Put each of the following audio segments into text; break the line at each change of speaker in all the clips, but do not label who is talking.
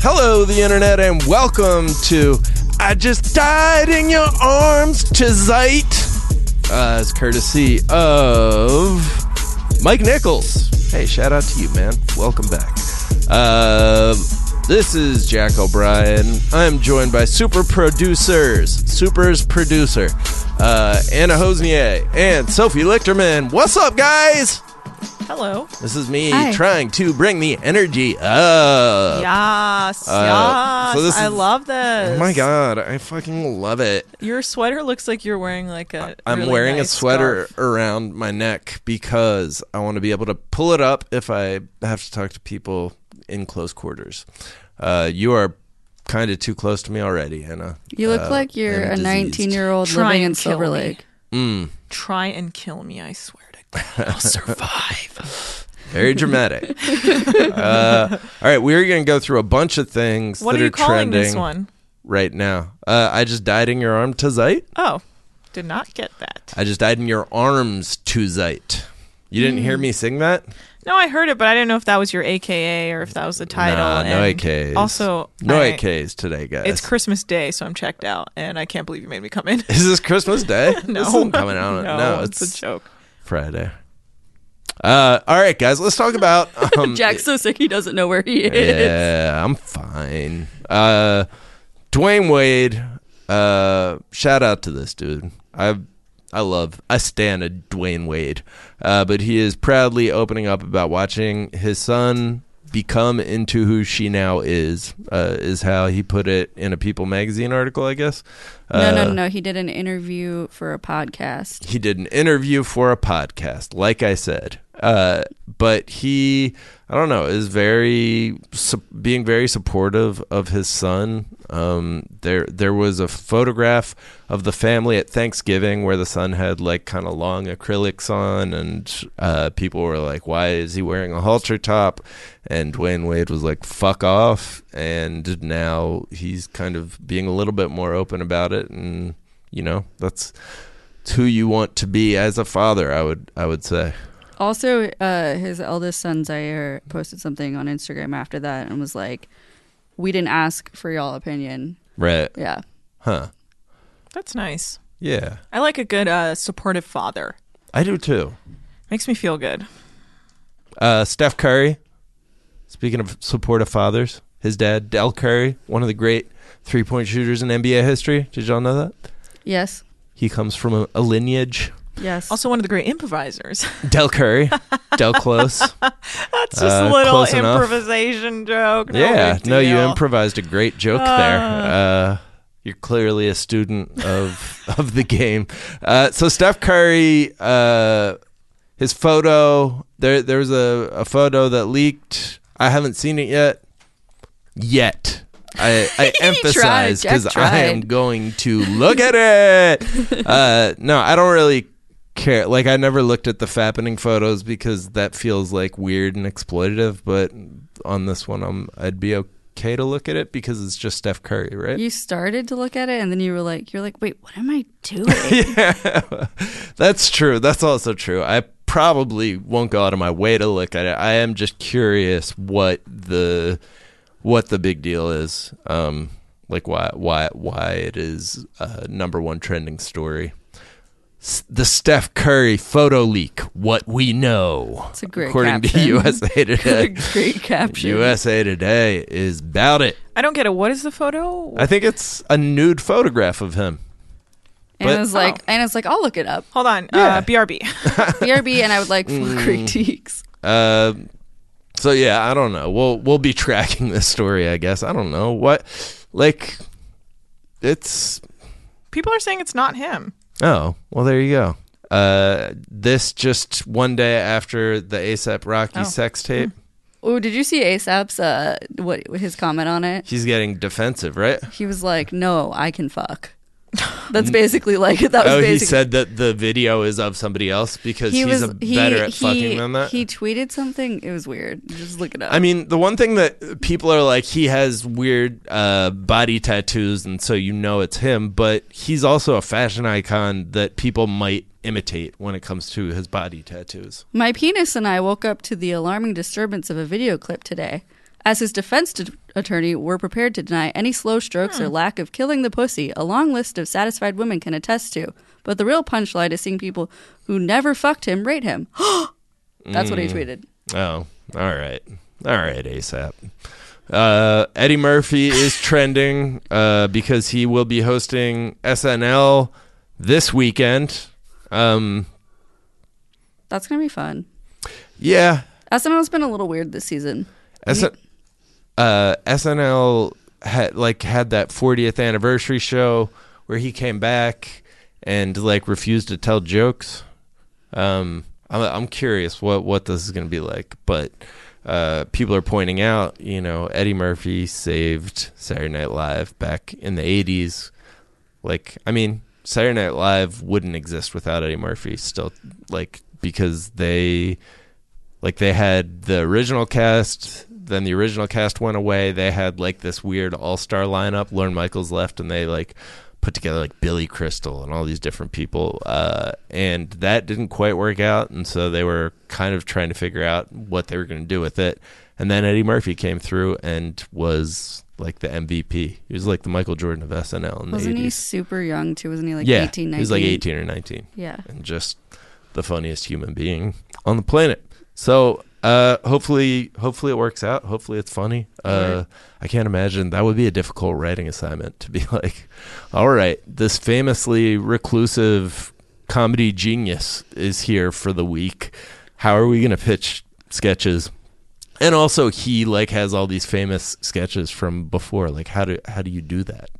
Hello, the internet, and welcome to I Just Died in Your Arms to Zeit, uh, as courtesy of Mike Nichols. Hey, shout out to you, man. Welcome back. Uh, this is Jack O'Brien. I'm joined by super producers, Super's producer, uh, Anna Hosnier, and Sophie Lichterman. What's up, guys?
Hello.
This is me
Hi.
trying to bring the energy up.
yes.
uh,
yes.
so this
I
is-
love this.
Oh my god, I fucking love it.
Your sweater looks like you're wearing like a.
I'm
really
wearing
nice
a sweater
scarf.
around my neck because I want to be able to pull it up if I have to talk to people in close quarters. Uh, you are kind of too close to me already, Anna.
You look
Uh,
like you're
I'm
a
diseased.
19 year old
Try
living in
and kill
Silver
me.
Lake.
Try and kill me, I swear to God. I'll survive.
Very dramatic. uh, all right, we're going to go through a bunch of things
what
that
are
are,
you calling
trending
this one?
right now. Uh, I just died in your arm to Zeit.
Oh, did not get that.
I just died in your arms to Zeit. You didn't
Mm.
hear me sing that?
No, I heard it, but I didn't know if that was your AKA or if that was the title.
Nah, no
and
AKs.
Also,
no
I-
AKs today, guys.
It's Christmas Day, so I'm checked out, and I can't believe you made me come in.
Is this Christmas Day?
no,
This isn't coming out.
no,
it's,
it's, a joke.
Friday. Uh, all right, guys, let's talk about. Um,
Jack's so sick he doesn't know where he is.
yeah, I'm fine. Uh, Dwayne Wade. Uh, shout out to this dude. I I love I stand a Dwayne Wade. Uh, but he is proudly opening up about watching his son become into who she now is. Uh, is how he put it in a People magazine article, I guess.
No, no,
Uh,
no, no. He did an interview for a podcast.
he did an interview for a podcast, like I said. Uh, but he, I don't know, is very su- being very supportive of his son. Um, there, there was a photograph of the family at Thanksgiving where the son had like kind of long acrylics on, and uh, people were like, "Why is he wearing a halter top?" And Dwayne Wade was like, "Fuck off!" And now he's kind of being a little bit more open about it, and you know, that's it's who you want to be as a father. I would I would say.
Also, uh, his eldest son, Zaire, posted something on Instagram after that and was like, We didn't ask for y'all opinion.
Right.
Yeah.
Huh.
That's nice.
Yeah.
I like a good uh, supportive father.
I do too.
Makes me feel good.
Uh, Steph Curry. Speaking of supportive fathers, his dad, Del Curry, one of the great three point shooters in NBA history. Did y'all know that?
Yes.
He comes from a, a lineage.
Yes.
Also, one of the great improvisers.
Del Curry. Del Close.
That's just
Uh,
a little
close enough.
improvisation joke. No
yeah.
big
No, you
deal. Ah.
improvised a great joke there. Uh, you're clearly a student of of the game. Uh, so Steph Curry, uh, his photo there there was a, a photo that leaked. I haven't seen it yet. Yet. I, I emphasize
Jack
because I am
tried.
going to look at it. Uh, no, I don't really care. Like I never looked at the fappening photos because that feels like weird and exploitative. But on this one, I'm I'd be okay to look at it because it's just Steph Curry, right?
you started to look at it and then you were like, You're like, Wait, what am I doing?
yeah, that's true. That's also true. I probably won't go out of my way to look at it. I am just curious what the what the big deal is. Um, like why why why it is a number one trending story. S- The Steph Curry photo leak. What we know,
It's a great
according
caption.
to USA Today.
Great caption.
USA Today is about it.
I don't get it. What is the photo?
I think it's a nude photograph of him.
And
But-
I was like, and it's like, I'll look it up.
Hold on.
Yeah.
Uh, BRB.
BRB, and I would like full great teaks.
Uh, so yeah, I don't know. We'll we'll be tracking this story, I guess. I don't know what, like, it's
People are saying it's not him.
oh well, there you go. Uh, this just one day after the ASAP Rocky
Oh.
sex tape,
Oh, did you see ASAP's uh what his comment on it?
he's getting defensive, right?
He was like, "No, I can fuck." That's basically like that was
Mm. Oh,
basically
he said that the video is of somebody else because
he
he's
was
a
he,
better at
he,
fucking than that.
He tweeted something. It was weird. Just look it up.
I mean, the one thing that people are like, he has weird uh, body tattoos, and so you know it's him. But he's also a fashion icon that people might imitate when it comes to his body tattoos.
My penis and I woke up to the alarming disturbance of a video clip today. As his defense d- attorney, we're prepared to deny any slow strokes
Hmm.
or lack of killing the pussy. A long list of satisfied women can attest to. But the real punchline is seeing people who never fucked him rate him. That's what he tweeted.
Oh, all right. All right, ASAP. Uh, Eddie Murphy is trending uh, because he will be hosting SNL this weekend. Um,
That's gonna be fun.
yeah.
SNL's been a little weird this season.
S- uh, SNL had like had that 40th anniversary show where he came back and like refused to tell jokes. Um, I'm, I'm curious what what this is going to be like, but uh, people are pointing out, you know, Eddie Murphy saved Saturday Night Live back in the 80s. Like, I mean, Saturday Night Live wouldn't exist without Eddie Murphy still, like, because they like they had the original cast then the original cast went away they had like this weird all-star lineup lauren michaels left and they like put together like billy crystal and all these different people uh, and that didn't quite work out and so they were kind of trying to figure out what they were going to do with it and then eddie murphy came through and was like the mvp he was like the michael jordan of snl in
Wasn't
the 80s
he super young too? Wasn't he like
yeah
eighteen, nineteen?
he was like 18 or 19
Yeah.
and just the funniest human being on the planet. So uh, hopefully, hopefully it works out. Hopefully it's funny. Uh, I can't imagine that would be a difficult writing assignment to be like, all right, this famously reclusive comedy genius is here for the week. How are we going to pitch sketches? And also, he like has all these famous sketches from before. Like, how do how do you do that?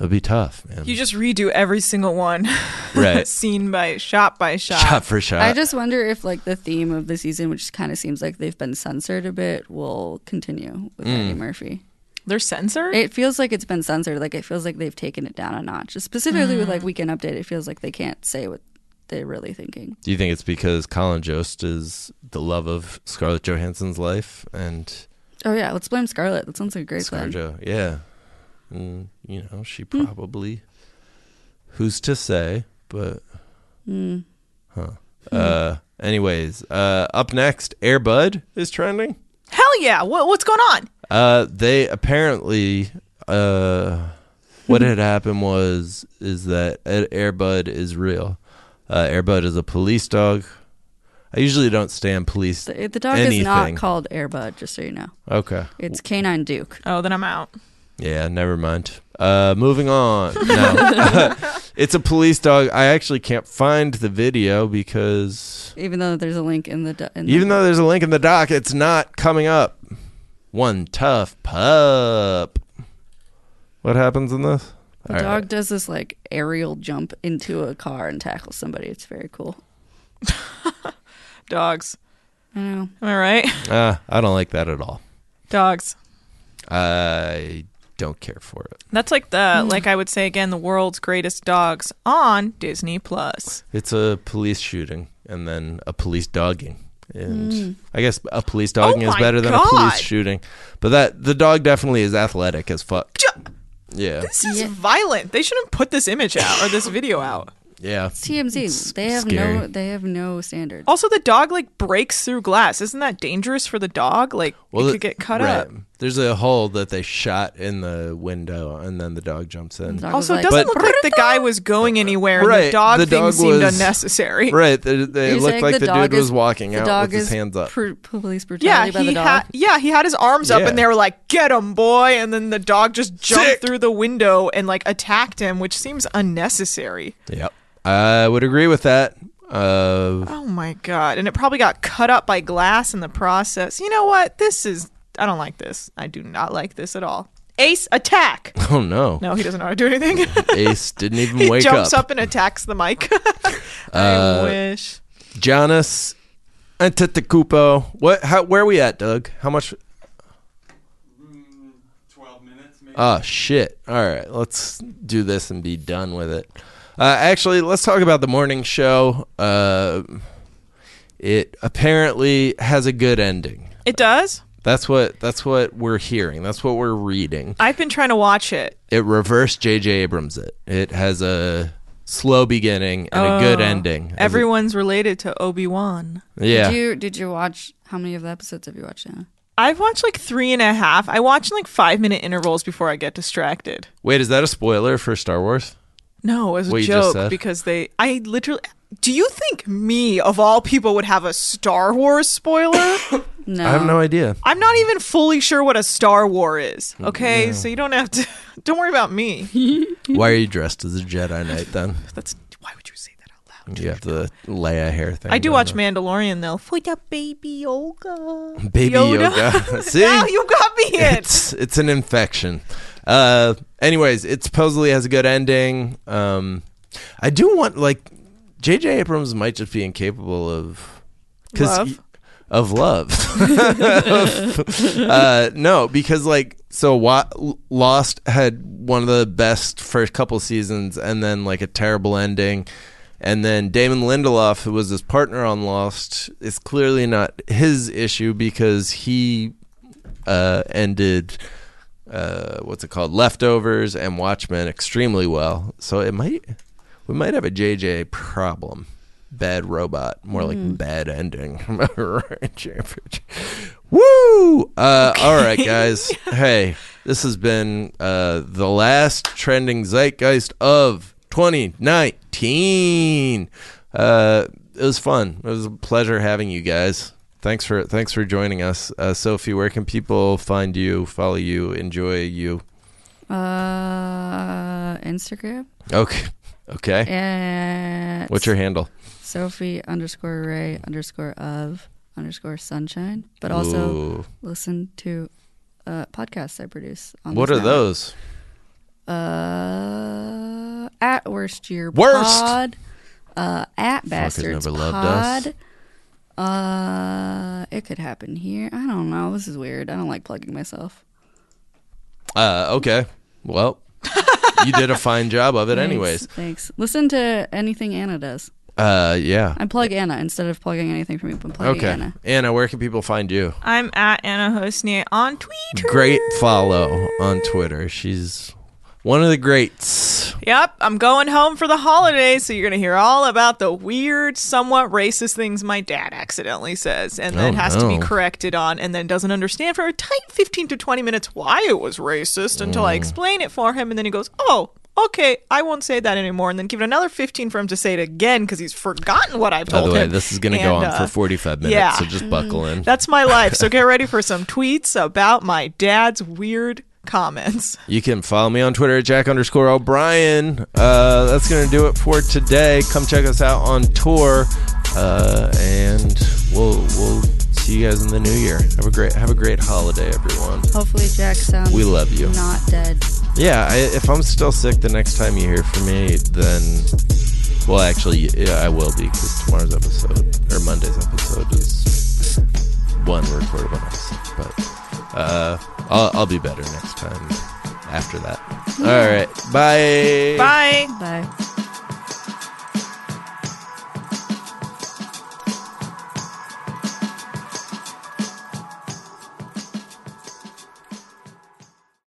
It'd be tough, man.
You just redo every single one,
Um, right,
scene by shot by shot.
shot for shot.
I just wonder if like the theme of the season, which kind of seems like they've been censored a bit, will continue
Hmm.
with Eddie Murphy.
They're censored.
It feels like it's been censored. Like it feels like they've taken it down a notch. Specifically with like Weekend Update, it feels like they can't say what they're really thinking.
Do you think it's because Colin Jost is the love of Scarlett Johansson's life and
Oh yeah, let's blame Scarlett. That sounds like a great plan.
ScarJo? Yeah, and you know she
Hmm.
probably. Who's to say? But
Mm. Hmm.
uh, anyways, uh, up next, Airbud is trending.
Hell yeah! What, what's going on?
Uh, they apparently uh, what had happened was is that Ed- Airbud is real. Uh, Airbud is a police dog. I usually don't stand police.
The, the dog is
Anything.
not called Airbud, just so you know.
Okay.
It's Canine Duke.
Oh, then I'm out.
Yeah, never mind. Uh, moving on. No. it's a police dog. I actually can't find the video because
Even though there's a link in the, do- in the
even though there's a link in the doc, it's not coming up. One tough pup. What happens in this?
The
All
dog
right.
does this like aerial jump into a car and tackles somebody. It's very cool.
Dogs.
I know.
Am I right?
Uh, I don't like that at all.
Dogs.
I don't care for it.
That's like the
Hmm.
like I would say again the world's greatest dogs on Disney Plus.
It's a police shooting and then a police dogging. And I guess a police dogging is
my
better than a police
God.
shooting. But that the dog definitely is athletic as fuck. Yeah.
This is
Yeah.
violent. They shouldn't put this image out or this video out.
Yeah.
TMZ. they have
scary.
no. They have no standards.
Also, the dog like breaks through glass. Isn't that dangerous for the dog? Like it could
the-
get cut
right.
up.
There's a hole that they shot in the window, and then the dog jumps in.
The dog was
Also, it
like,
doesn't
But-
look like the guy was going anywhere. and
Right,
The dog
the
thing
dog
seemed
was-
unnecessary.
Right, they, they
You're
looked
saying
like the,
dog
dude
is-
was walking
the
out
dog
with his
is
hands up.
pr- police
Yeah,
brutality by
he
the dog.
had yeah he had his arms up,
Yeah.
and they were like, "Get him, boy!" And then the dog just jumped
Sick.
through the window and like attacked him, which seems unnecessary.
yep, I would agree with that. Uh,
Oh my god! And it probably got cut up by glass in the process. You know what? This is I don't like this. I do not like this at all. Ace attack.
oh no,
No, he doesn't know how to do anything.
Ace didn't even
he
wake
jumps
up. Uh,
up. and attacks the mic. I wish.
Giannis Antetokounmpo. What? How? Where are we at, Doug? How much?
12 minutes, maybe.
Oh shit! All right, let's do this and be done with it. Uh, actually, let's talk about the morning show. Uh, it apparently has a good ending.
It does.
That's what that's what we're hearing. That's what we're reading.
I've been trying to watch it.
It reversed J.J. Abrams. It it has a slow beginning and a good
Oh.
ending. As
Everyone's related to Obi Wan.
it- yeah.
Did you did you watch how many of the episodes have you watched now?
I've watched like three and a half. I watch in like five minute intervals before I get distracted.
Wait, is that a spoiler for Star Wars?
No, it was
What
a
you just
joke
said.
because they. I literally. Do you think me of all people would have a Star Wars spoiler?
No.
I have
Um,
no idea.
I'm not even fully sure what a Star War is.
Mm,
Okay, so you don't have to. Don't worry about me.
Why are you dressed as a Jedi Knight then?
That's why would you say that out loud?
You have the Leia hair thing.
I do
going
watch
on.
Mandalorian though. For the baby Yoga.
Baby Yoga. See?
now you got me it.
it's it's an infection. Uh, anyways, it supposedly has a good ending. Um, I do want like J.J. Abrams might just be incapable of 'cause
Love?
he- of love. uh, no, because like so, Wa- Lost had one of the best first couple seasons, and then like a terrible ending. And then Damon Lindelof, who was his partner on Lost, is clearly not his issue because he uh, ended uh, what's it called leftovers and watchmen extremely well so it might we might have a jj problem bad robot more like bad ending woo uh, all right guys hey this has been uh, the last trending zeitgeist of 2019 uh, it was fun it was a pleasure having you guys Thanks for thanks for joining us, uh, Sophie. Where can people find you, follow you, enjoy you?
Uh, Instagram.
Okay, okay.
At
What's your handle?
Sophie underscore Ray underscore of underscore Sunshine. But also
Ooh.
listen to uh, podcasts I produce. On
what are
this network.
those?
Uh, at worst year
Worst!
pod. Uh, at bastards
never loved us.
pod. Uh, it could happen here. I don't know. This is weird. I don't like plugging myself.
Uh, okay. Well, you did a fine job of it,
Thanks,
anyways.
thanks. Listen to anything Anna does.
Uh, yeah.
I plug Anna instead of plugging anything from you. I'm plugging
Okay,
Anna.
Anna. Where can people find you?
I'm at Anna Hosnier on Twitter.
Great follow on Twitter. She's one of the greats.
Yep, I'm going home for the holidays, so you're going to hear all about the weird, somewhat racist things my dad accidentally says and then
Oh,
has to
no.
be corrected on and then doesn't understand for a tight 15 to 20 minutes why it was racist until
Mm.
I explain it for him. And then he goes, Oh, okay, I won't say that anymore. And then give it another 15 for him to say it again because he's forgotten what I've
By
told
the
him.
way, this is going to go on
And,
for
uh,
45 minutes,
yeah.
so just buckle in.
That's my life. So get ready for some tweets about my dad's weird comments.
You can follow me on Twitter at Jack underscore O'Brien. Uh, that's going to do it for today. Come check us out on tour, uh, and we'll we'll see you guys in the new year. Have a great have a great holiday, everyone.
Hopefully, Jack sounds
We love you.
not dead.
Yeah, I, if I'm still sick the next time you hear from me, then well, actually, yeah, I will be because tomorrow's episode or Monday's episode is one recorded when I'm sick, but uh, I'll, I'll be better next time. After that, all right, bye.
Bye.
Bye.